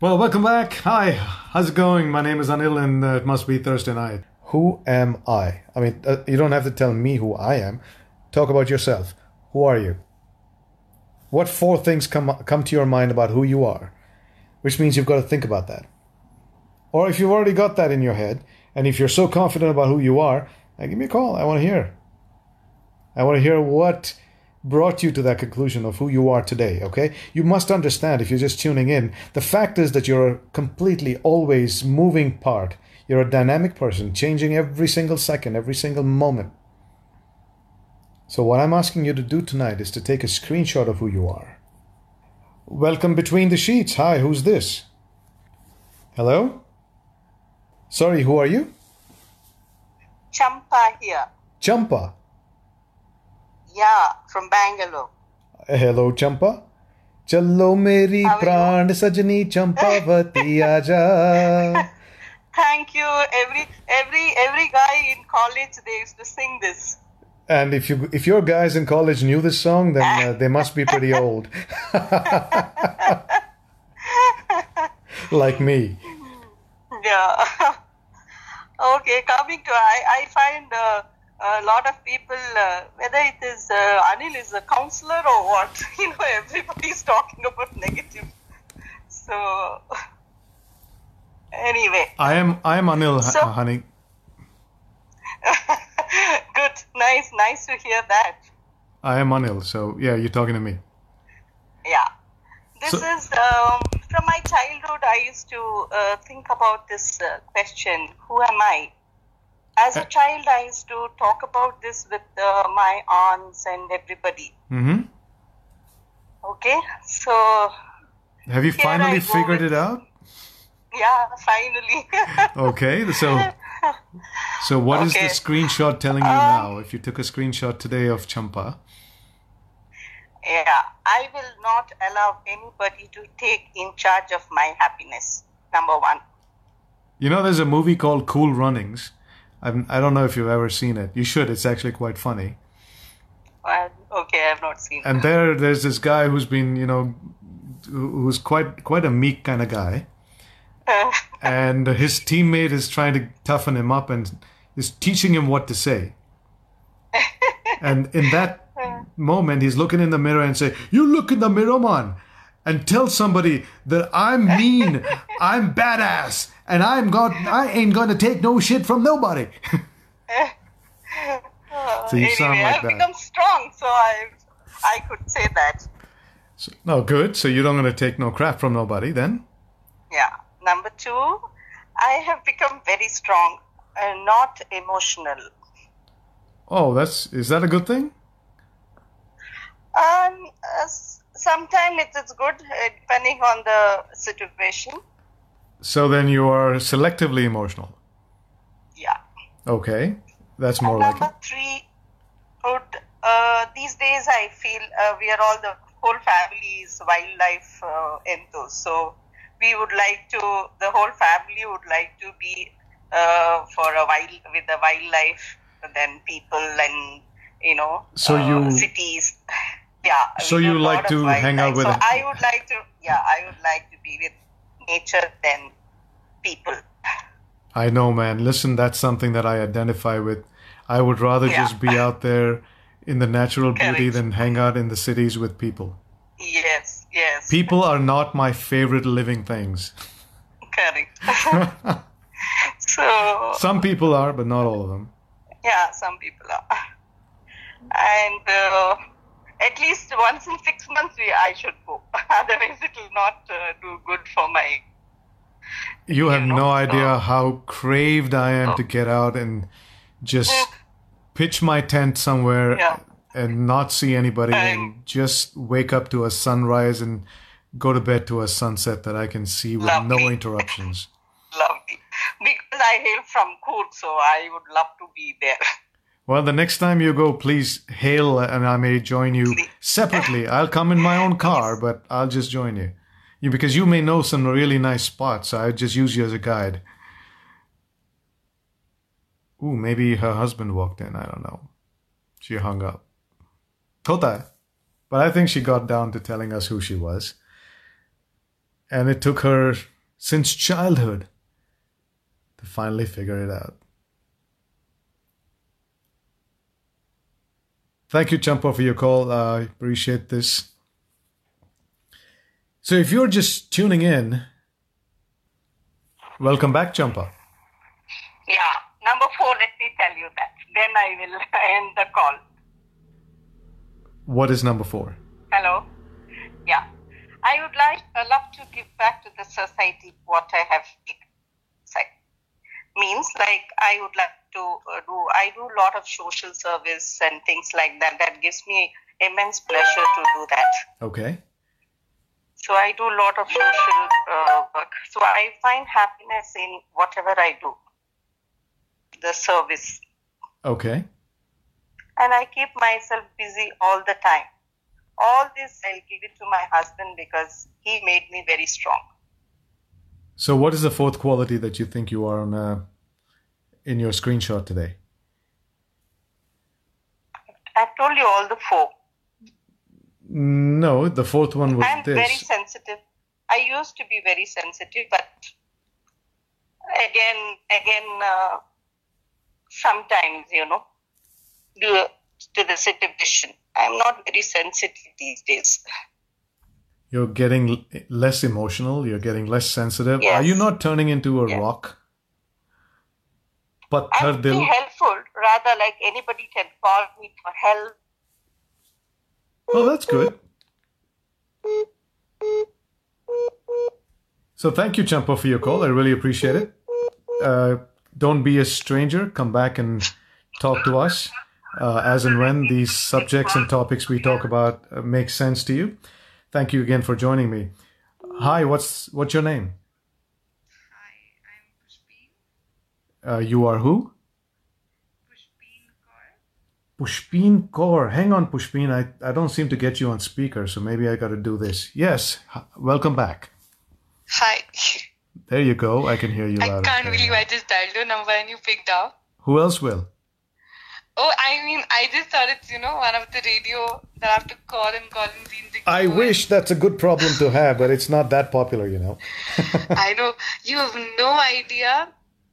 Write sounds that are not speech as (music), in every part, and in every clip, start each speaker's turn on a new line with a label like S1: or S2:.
S1: Well, welcome back. Hi, how's it going? My name is Anil, and uh, it must be Thursday night.
S2: Who am I? I mean, uh, you don't have to tell me who I am. Talk about yourself. Who are you? What four things come come to your mind about who you are? Which means you've got to think about that. Or if you've already got that in your head, and if you're so confident about who you are, then give me a call. I want to hear. I want to hear what brought you to that conclusion of who you are today, okay? You must understand if you're just tuning in, the fact is that you're a completely always moving part. You're a dynamic person, changing every single second, every single moment. So, what I'm asking you to do tonight is to take a screenshot of who you are. Welcome between the sheets. Hi, who's this? Hello? Sorry, who are you?
S3: Champa here.
S2: Champa.
S3: Yeah, from Bangalore.
S2: Hello, Champa. Chalo meri
S3: How are you?
S2: pran sajni champavati
S3: (laughs)
S2: aja.
S3: Thank you. Every every every guy in college they used to sing this. (laughs)
S2: And if you if your guys in college knew this song, then uh, they must be pretty old, (laughs) like me.
S3: Yeah. (laughs) okay, coming to I I find uh, a lot of people uh, whether it is uh, Anil is a counselor or what (laughs) you know everybody is talking about negative. So (laughs) anyway, (laughs)
S1: I am I am Anil, h-
S3: So-
S1: honey.
S3: good, nice, nice to hear that.
S1: I am Anil. So yeah, you're talking to me.
S3: Yeah. This
S1: So-
S3: is um, from my childhood. I used to uh, think about this uh, question Who am I? As a
S1: Uh,
S3: child, I used to talk about this with uh, my aunts and everybody.
S1: Mm-hmm.
S3: Okay? So,
S1: Have you
S3: Here
S1: finally
S3: I go
S1: figured
S3: with-
S1: it out?
S3: yeah, (laughs) finally.
S1: Okay.
S3: (laughs)
S1: So so what is
S3: Okay.
S1: the screenshot telling you
S3: Um,
S1: now? If you took a screenshot today of Champa,
S3: yeah, I will not allow anybody to take in charge of my happiness. Number one.
S1: you know there's a movie called Cool Runnings. I'm, I don't know if you've ever seen it. You should. It's actually quite funny.
S3: Well, okay, I've not seen
S1: and there there's this guy who's been you know who- who's quite quite a meek kind of guy
S3: (laughs)
S1: and his teammate is trying to toughen him up and is teaching him what to say and in that moment he's looking in the mirror and say you look in the mirror man and tell somebody that i'm mean i'm badass and i'm got i ain't gonna take no shit from nobody (laughs)
S3: Uh,
S1: So you
S3: anyway,
S1: sound like
S3: I've
S1: that.
S3: become strong, so I, I could say that.
S1: So- no Oh, good so you're not gonna take no crap from nobody then
S3: Yeah. Number two, I have become very strong and not emotional.
S1: oh that's is that a good thing
S3: Um, uh, sometimes it is good uh, depending on the situation.
S1: So then you are selectively emotional.
S3: Yeah.
S1: Okay, that's more like
S3: Number
S1: it.
S3: three, would, uh, these days I feel uh, we are all the whole family is wildlife uh, enthused, so we would like to the whole family would like to be uh, for a wild with the wildlife than people and you know
S1: So
S3: uh,
S1: you-
S3: cities. (laughs) Yeah.
S1: So
S3: we do
S1: you
S3: a lot
S1: like
S3: of
S1: to hang out with
S3: wildlife. So
S1: the-
S3: I would like to. Yeah, I would like to be with nature than people.
S1: I know, man. Listen, that's something that I identify with. I would rather
S3: Yeah.
S1: just be out there in the natural beauty
S3: Correct.
S1: than hang out in the cities with people.
S3: Yes. Yes.
S1: People are not my favorite living things.
S3: Correct. so.
S1: Some people are, but not all of them.
S3: Yeah, some people are. And uh, at least once in six months, we, I should go. (laughs) Otherwise, it will not uh, do good for my.
S1: You have
S3: You know,
S1: no
S3: so-
S1: idea how craved I am to
S3: Oh.
S1: get out and just pitch my tent somewhere
S3: Yeah.
S1: and not see anybody
S3: I'm-
S1: and just wake up to a sunrise and go to bed to a sunset that I can see with no
S3: Lovely.
S1: interruptions.
S3: Lovely. Because I hail from Coorg, so I would love to be there.
S1: Well, the next time you go, please hail and I may join you separately. I'll come in my own car, but I'll just join you. You because you may know some really nice spots. I just use you as a guide. Ooh, maybe her husband walked in. I don't know. She hung up. Tota. But I think she got down to telling us who she was.
S4: And it took her since childhood to finally figure it out. Thank you, Champa, for your call. I appreciate this. So, if you're just tuning in, welcome back, Champa.
S3: Yeah, number four, let me tell you that. Then I will (laughs) end the call.
S4: What is number four?
S3: Hello. Yeah, I would like uh, love to give back to the society what I have taken. Like, means like I would like to uh, do. I do a lot of social service and things like that. That gives me immense pleasure to do that.
S4: Okay.
S3: So I do a lot of social uh, work. So I find happiness in whatever I do, the service,
S4: Okay.
S3: and I keep myself busy all the time. All this I'll give it to my husband because he made me very strong.
S4: So, what is the fourth quality that you think you are on uh, in your screenshot today?
S3: I've told you all the four.
S4: No, the fourth one was
S3: I'm
S4: this.
S3: very sensitive. I used to be very sensitive, but again, again, uh, sometimes you know, due to the situation, I'm not very sensitive these days.
S4: You're getting l- less emotional. You're getting less sensitive.
S3: Yes.
S4: Are you not turning into a
S3: Yes.
S4: rock?
S3: I'm
S4: Patthar
S3: very
S4: dil.
S3: helpful, rather like anybody can call me for help.
S4: Oh, that's good. So thank you, Champa, for your call. I really appreciate it. Uh, don't be a stranger. Come back and talk to us uh, as and when these subjects and topics we talk about uh, make sense to you. Thank you again for joining me. Hi, what's what's your name?
S5: Hi, I'm Pushpeen.
S4: Uh, you are who?
S5: Pushpeen Kaur.
S4: Pushpin Kaur. Hang on, Pushpin. I, I don't seem to get you on speaker, so maybe I got to do this. Yes, h- welcome back.
S5: Hi.
S4: There you go. I can hear you
S5: I
S4: loud. and
S5: can't
S4: clear
S5: believe
S4: now.
S5: I just dialed your number and you picked up.
S4: Who else will?
S5: Oh, I mean, I just thought it's, you know, one of the radio that I have to call and call and ring the
S1: I
S5: queue and-
S1: wish that's a good problem to have, but it's not that popular, you know.
S5: I know. You have no idea.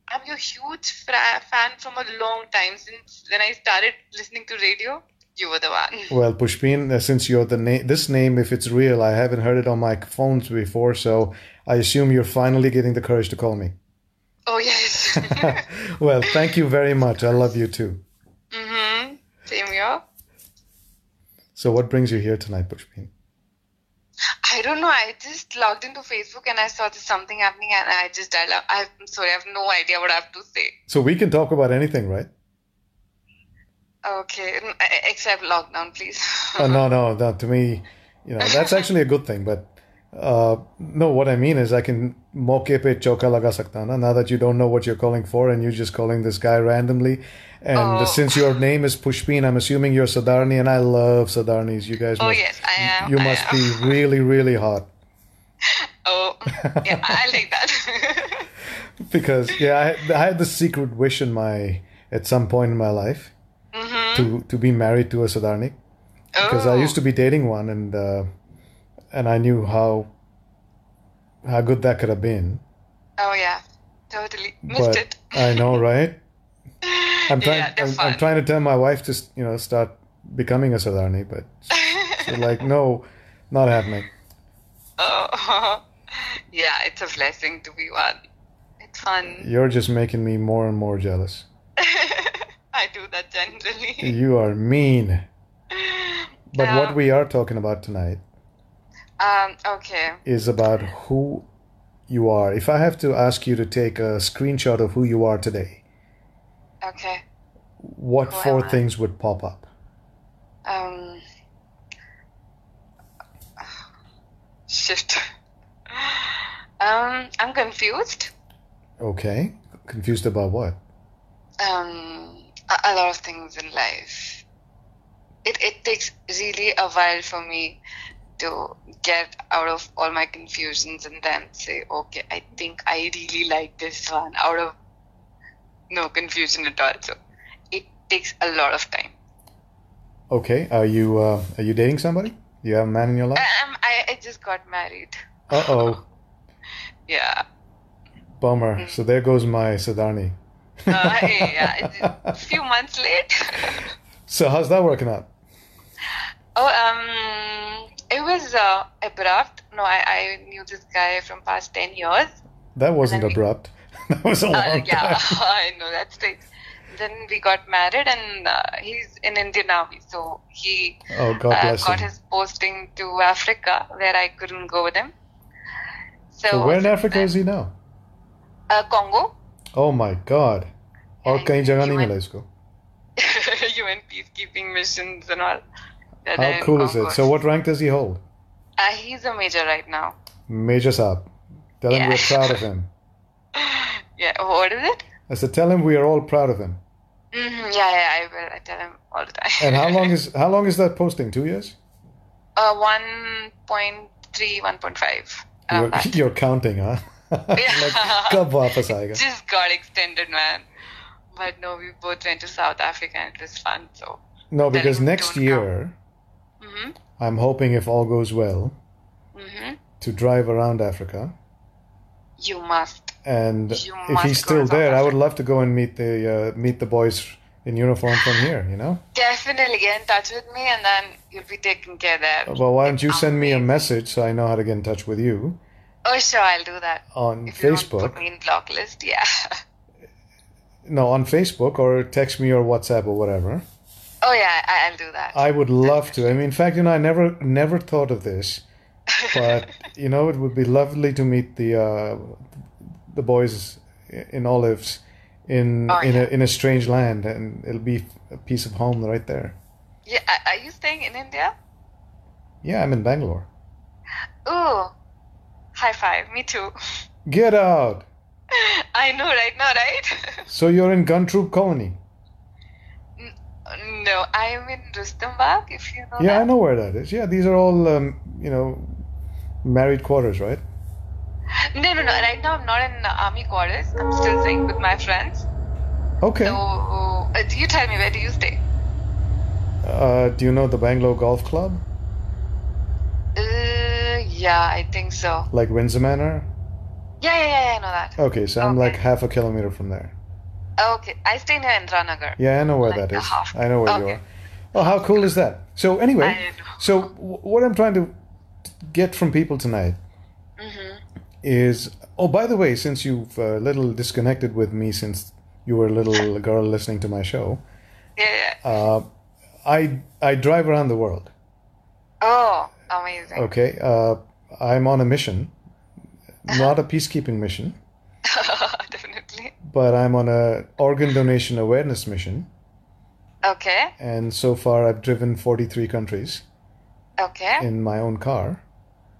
S5: I'm your huge fra- fan from a long time. Since when I started listening to radio, you were the
S1: (laughs)
S5: one.
S1: Well, Pushpin, uh, since you're the name, this name, if it's real, I haven't heard it on my phones before, so I assume you're finally getting the courage to call me. (laughs)
S5: Oh, yes. (laughs)
S1: Well, thank you very much. I love you too.
S5: mm-hmm. Same here.
S1: So, what brings you here tonight, Pushpin?
S5: I don't know. I just logged into Facebook and I saw this something happening and I just dialed up. I'm sorry, I have no idea what I have to say.
S1: So we can talk about anything, right?
S5: Okay, n- e, except lockdown, please.
S1: Oh, no, no, no. To me, you know, that's actually a good thing. But uh, no, what I mean is, I can mauke pe choka laga sakta na. Now that you don't know what you're calling for, and you're just calling this guy randomly, and
S5: Oh.
S1: since your name is Pushpin, I'm assuming you're Sadarni, and I love Sadarnis. You guys,
S5: (laughs) oh
S1: must,
S5: yes, I am.
S1: you
S5: I
S1: must
S5: am.
S1: be really, really hot.
S5: (laughs) Oh, yeah,
S1: (laughs)
S5: I'll take that. (laughs)
S1: because yeah, I, had- I had this secret wish in my at some point in my life
S5: Mm-hmm. Hmm?
S1: to to be married to a Sadarnik because I
S5: Oh.
S1: used to be dating one and uh, and I knew how how good that could have been.
S5: Oh yeah, totally missed
S1: But
S5: it.
S1: I
S5: (laughs)
S1: know, right? I'm trying.
S5: Yeah, they're
S1: I'm,
S5: fun.
S1: I'm trying to tell my wife to s- you know start becoming a Sadarni,
S5: (laughs)
S1: but she's like, no, not happening.
S5: (laughs) Oh, (laughs) yeah, it's a blessing to be one. It's fun.
S1: You're just making me more and more jealous.
S5: (laughs) I do that generally.
S1: You are mean. But
S5: Yeah.
S1: what we are talking about tonight
S5: Um. Okay.
S1: is about who you are. If I have to ask you to take a screenshot of who you are today,
S5: Okay.
S1: what
S5: Who am
S1: four
S5: I?
S1: things would pop up?
S5: Um. (sighs) Shit. (laughs) Um, I'm confused.
S1: Okay. Confused about what?
S5: Um, a, a lot of things in life. It it takes really a while for me to get out of all my confusions and then say, okay, I think I really like this one. Out of no confusion at all. So it takes a lot of time.
S1: Okay. Are you uh, are you dating somebody? You have a man in your life?
S5: Um, I, I just got married.
S1: Uh oh.
S5: Yeah.
S1: Bummer. So there goes my Sadarni.
S5: Uh, hey, yeah. A few months later.
S1: (laughs) So how's that working out?
S5: (laughs) Oh, um, it was uh, abrupt. No, I, I knew this guy from past 10 years.
S1: That wasn't
S5: Then we-
S1: abrupt. (laughs) That was a long
S5: Uh, yeah,
S1: time.
S5: (laughs) I know, that's thing. Then we got married and uh, he's in India now. So he
S1: Oh, God
S5: uh,
S1: bless
S5: got
S1: him.
S5: his posting to Africa where I couldn't go with him. So,
S1: So where in
S5: since
S1: Africa
S5: then-
S1: is he now?
S5: Uh, Congo.
S1: Oh my God. और
S5: Yeah,
S1: कहीं
S5: he-
S1: जगह
S5: he
S1: नहीं
S5: went-
S1: मिला इसको.
S5: (laughs) UN peacekeeping missions and all. Then
S1: How
S5: in
S1: cool is
S5: Congo.
S1: it? So what rank does he hold?
S5: Uh, he's a major right now. (sighs)
S1: Major Saab. Tell him
S5: Yeah.
S1: we're proud of him.
S5: Yeah, what is it?
S1: I said, tell him we are all proud of him.
S5: hmm yeah, yeah, I will. I tell him all the time.
S1: And
S5: (laughs)
S1: how long is how long is that posting? Two years?
S5: Uh, 1.3, 1.5.
S1: You're, (laughs)
S5: Um, that
S1: you're counting, huh? like कब वापस आएगा?
S5: just got extended, man. But no, we both went to South Africa and it was fun. So,
S1: No, because
S5: him
S1: next
S5: don't come.
S1: year
S5: hmm
S1: I'm hoping if all goes well
S5: hmm
S1: to drive around Africa.
S5: you must.
S1: And
S5: You
S1: if
S5: must
S1: he's
S5: go
S1: still
S5: to South
S1: there, I would
S5: Africa.
S1: love to go and meet the uh, meet the boys in uniform from here. You know.
S5: Definitely get in touch with me and then you'll be taken care there.
S1: Oh, Well, why don't you send me a
S5: Amazing.
S1: message so I know how to get in touch with you
S5: Oh, sure, I'll do that.
S1: on
S5: If you don't put
S1: Facebook?
S5: me in block list, yeah. (laughs)
S1: No, on Facebook or text me or WhatsApp or whatever.
S5: oh, yeah, I, I'll do that.
S1: I would love
S5: (laughs)
S1: to. I mean, in fact, you know, I never never thought of this,
S5: (laughs)
S1: but you know, it would be lovely to meet the uh, the boys in olives in
S5: Oh,
S1: in a
S5: yeah.
S1: in a strange land, and it'll be a piece of home right there.
S5: yeah, are- are you staying in India?
S1: Yeah, I'm in Bangalore.
S5: Ooh, high five, me too. (laughs)
S1: Get out.
S5: I know right (laughs) now, right?
S1: So you're in Guntroop Colony.
S5: no, I'm in Rustambagh, if you know
S1: Yeah, I
S5: that.
S1: know where that is. Yeah, these are all um, you know married quarters, right?
S5: No, no, no, right now I'm not in uh, army quarters. I'm still staying with my friends.
S1: Okay.
S5: So, uh, do you tell me, where do you stay?
S1: Uh, do you know the Bangalore Golf Club,
S5: Uh, yeah, I think so.
S1: like Windsor Manor?
S5: Yeah, yeah, yeah, yeah I know that.
S1: Okay, so I'm like
S5: Okay.
S1: half a kilometer from there.
S5: Okay, I stay near Indranagar.
S1: Yeah, I know where
S5: Like
S1: that
S5: a
S1: is.
S5: half.
S1: I know where you
S5: Okay.
S1: are. Oh, how cool is that? So anyway,
S5: I know.
S1: so w- what I'm trying to get from people tonight
S5: Mm-hmm.
S1: is oh, by the way, since you've uh, little disconnected with me since you were a
S5: (laughs)
S1: little girl listening to my show,
S5: Yeah, yeah.
S1: uh, I I drive around the world.
S5: Oh, amazing.
S1: Okay, uh, I'm on a mission,
S5: Uh-huh.
S1: not a peacekeeping mission,
S5: (laughs) Definitely.
S1: but I'm on a organ donation awareness mission,
S5: Okay,
S1: and so far I've driven 43 countries
S5: okay.
S1: in my own car.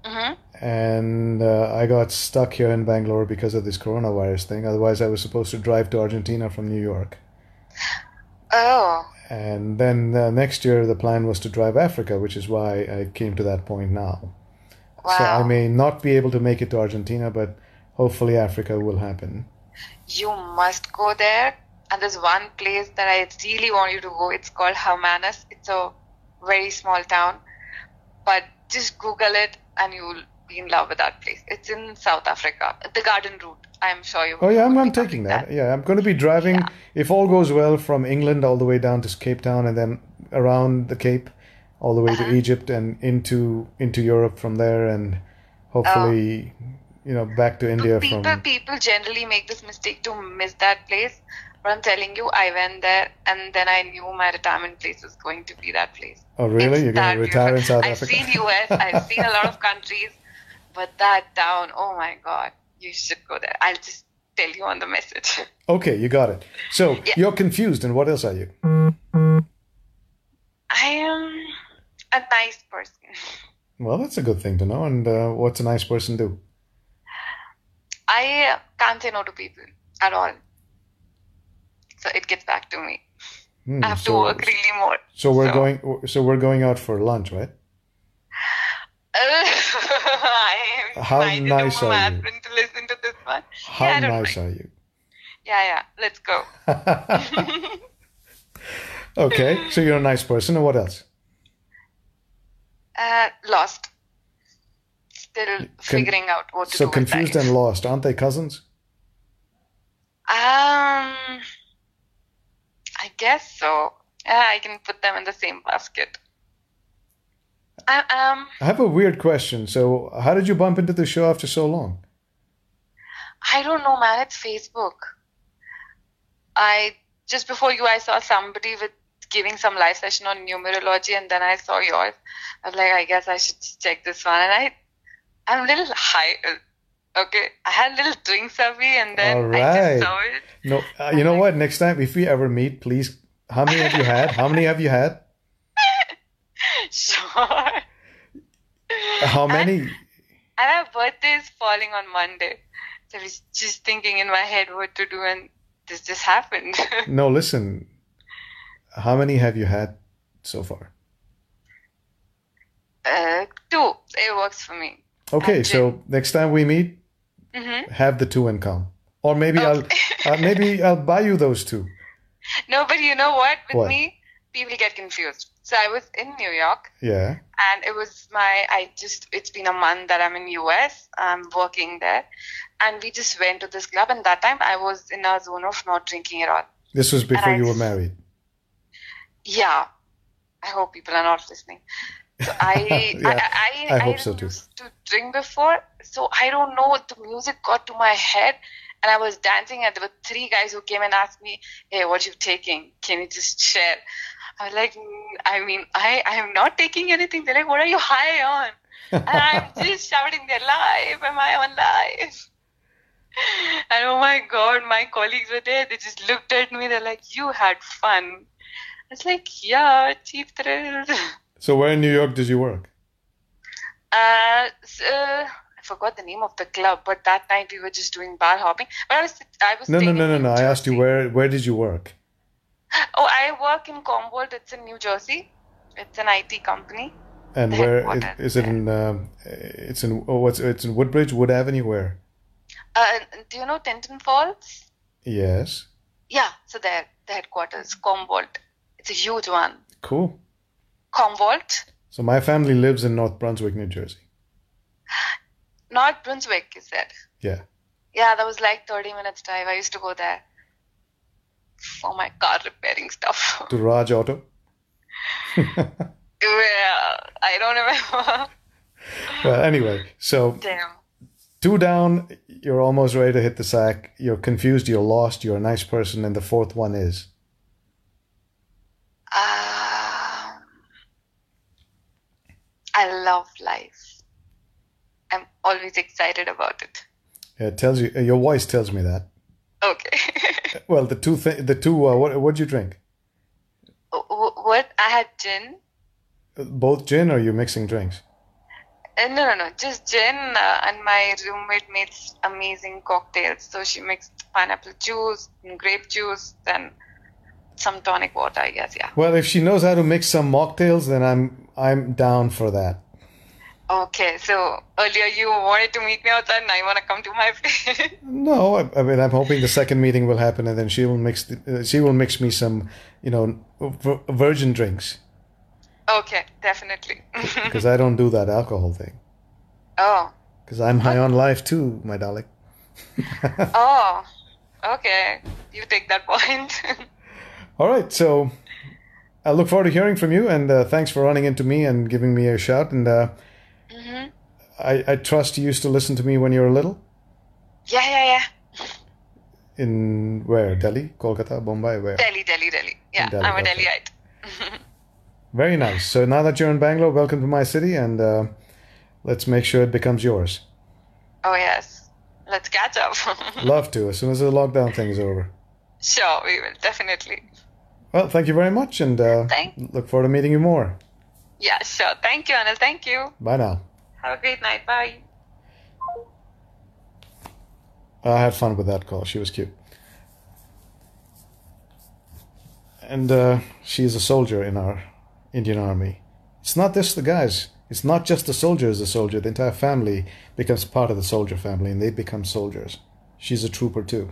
S5: Mm-hmm.
S1: and uh, I got stuck here in Bangalore because of this coronavirus thing. Otherwise, I was supposed to drive to Argentina from New York,
S5: Oh,
S1: and then uh, next year the plan was to drive Africa, which is why I came to that point now.
S5: wow.
S1: So I may not be able to make it to Argentina, but hopefully Africa will happen.
S5: you must go there. And there's one place that I really want you to go. It's called Hermanus. It's a very small town, but just Google it and you'll be in love with that place. It's in South Africa, the Garden Route. I'm sure you.
S1: Oh yeah, I'm,
S5: will
S1: I'm
S5: be loving
S1: taking that. Yeah, I'm going to be driving
S5: Yeah.
S1: if all goes well from England all the way down to Cape Town, and then around the Cape, all the way
S5: Uh-huh.
S1: to Egypt and into into Europe from there, and hopefully,
S5: Oh.
S1: you know, back to India
S5: people
S1: from.
S5: people generally make this mistake to miss that place but i'm telling you i went there and then i knew my retirement place was going to be that place
S1: Oh really?
S5: It's
S1: You're going
S5: that
S1: to retire in
S5: beautiful.
S1: South Africa?
S5: i've seen us i've seen a lot of countries but that town oh my god you should go there i'll just tell you on the message
S1: (laughs)
S5: (laughs)
S1: okay, you got it. So you're confused, and what else are you?
S5: i am a nice person
S1: Well, that's a good thing to know. And uh, what's a nice person do?
S5: i can't say no to people at all so it gets back to me
S1: Hmm,
S5: i have
S1: so,
S5: to work really more (laughs)
S1: So we're
S5: so-
S1: going. So we're going out for lunch, right?
S5: I am
S1: How
S5: reminded
S1: nice
S5: of
S1: are
S5: my
S1: you?
S5: husband to listen to this one.
S1: How
S5: yeah, I don't
S1: nice
S5: mind.
S1: are you?
S5: Yeah, yeah. Let's go.
S1: Okay, so you're a nice person, and what else?
S5: Uh, lost. still figuring out what to
S1: so
S5: do. with
S1: confused
S5: life.
S1: and lost, aren't they cousins?
S5: Um, I guess so. Yeah, I can put them in the same basket. I, um,
S1: I have a weird question. So, how did you bump into the show after so long?
S5: I don't know, man. It's Facebook. I just before you, I saw somebody with giving some live session on numerology, and then I saw yours. I'm like, I guess I should check this one. And I, I'm a little high. uh, Okay, I had little drinks of it, and then I
S1: Alright.
S5: just saw it.
S1: No, uh, you know what? Next time, if we ever meet, please. How many have you had? How many have you had?
S5: (laughs) Sure.
S1: How many?
S5: And our birthday is falling on Monday. So I was just thinking in my head what to do, and this just happened. (laughs)
S1: No, listen. How many have you had so far?
S5: uh, two. It works for me.
S1: Okay,
S5: Gotcha.
S1: so next time we meet,
S5: hmm
S1: have the two and come, or maybe I'll uh, maybe I'll buy you those two.
S5: (laughs) No, but you know what? With
S1: What?
S5: me, people get confused. So I was in New York,
S1: Yeah,
S5: and it was my. I just. It's been a month that I'm in US. I'm working there, and we just went to this club. And that time, I was in a zone of not drinking at all.
S1: this was before
S5: I-
S1: you were married.
S5: Yeah, I hope people are not listening. So I,
S1: (laughs) Yeah,
S5: I, I,
S1: I hope so too.
S5: used to drink before, so I don't know. The music got to my head, and I was dancing, and there were three guys who came and asked me, "Hey, what you taking? Can you just share?" I was like, "Mm, "I mean, I, I am not taking anything." They're like, "What are you high on?" And
S1: (laughs)
S5: I'm just shouting, "They're live! Am I on live?" (laughs) And oh my god, my colleagues were there. They just looked at me. They're like, "You had fun." It's like, yeah, cheap thrill. (laughs)
S1: So where in New York did you work?
S5: Uh, so, I forgot the name of the club, but that night we were just doing bar hopping. But I was, I was.
S1: No, no,
S5: staying
S1: no,
S5: in
S1: no,
S5: New
S1: no. I asked you
S5: Jersey.
S1: where where did you work?
S5: Oh, I work in Commvault. It's in New Jersey. It's an IT company.
S1: And
S5: The
S1: where is,
S5: headquarters,
S1: is it in? Um, it's in oh, what's it's in Woodbridge, Wood Avenue. Where?
S5: Uh, do you know Tinton Falls?
S1: Yes.
S5: Yeah, so there, the headquarters, Commvault. It's a huge one.
S1: Cool.
S5: Commvault,
S1: So my family lives in North Brunswick, New Jersey.
S5: not Brunswick, is that?
S1: Yeah.
S5: Yeah, that was like 30 minutes drive. I used to go there for my car repairing stuff. (laughs)
S1: To Raj Auto.
S5: Well, I don't remember. (laughs)
S1: Well, anyway, so
S5: Damn.
S1: two down. You're almost ready to hit the sack. You're confused. You're lost. You're a nice person, and the fourth one is.
S5: Um, I love life. I'm always excited about it.
S1: Yeah, it tells you. uh, Your voice tells me that.
S5: Okay. (laughs)
S1: Well, the two. Th- the two. Uh, what? What'd you drink?
S5: Wh- wh- what? I had gin.
S1: Uh, Both gin, or you mixing drinks?
S5: Uh, no, no, no. Just gin. Uh, and my roommate makes amazing cocktails. So she mixed pineapple juice, and grape juice, and some tonic water, I guess. Yeah.
S1: Well, if she knows how to mix some mocktails, then I'm I'm down for that.
S5: Okay. So earlier you wanted to meet me outside. Now you want to come to my (laughs) place.
S1: No, I, I mean I'm hoping the second meeting will happen, and then she will mix the, uh, she will mix me some, you know, vir- virgin drinks
S5: Okay, definitely. (laughs)
S1: because I don't do that alcohol thing
S5: oh,
S1: because I'm high on life too, my darling. (laughs)
S5: oh, okay. You take that (laughs) point.
S1: All right, so I look forward to hearing from you, and uh, thanks for running into me and giving me a shout. And uh,
S5: hmm
S1: I, I trust you used to listen to me when you were little
S5: Yeah, yeah, yeah.
S1: in where Delhi, Kolkata, Bombay, where?
S5: Delhi, Delhi, Delhi. Yeah,
S1: Delhi,
S5: I'm a
S1: okay.
S5: Delhiite.
S1: Very nice. So now that you're in Bangalore, welcome to my city, and uh, let's make sure it becomes yours.
S5: Oh yes. Let's catch up. (laughs)
S1: Love to as soon as the lockdown thing is over.
S5: sure, we will definitely.
S1: Well, thank you very much, and uh,
S5: Thank-
S1: look forward to meeting you more.
S5: Yeah, sure. Thank you, Anil. Thank you.
S1: Bye now.
S5: Have a great night. Bye.
S1: I had fun with that call. She was cute. And uh, she is a soldier in our Indian army. It's not just the guys. It's not just the soldier is a soldier. The entire family becomes part of the soldier family, and they become soldiers. She's a trooper too.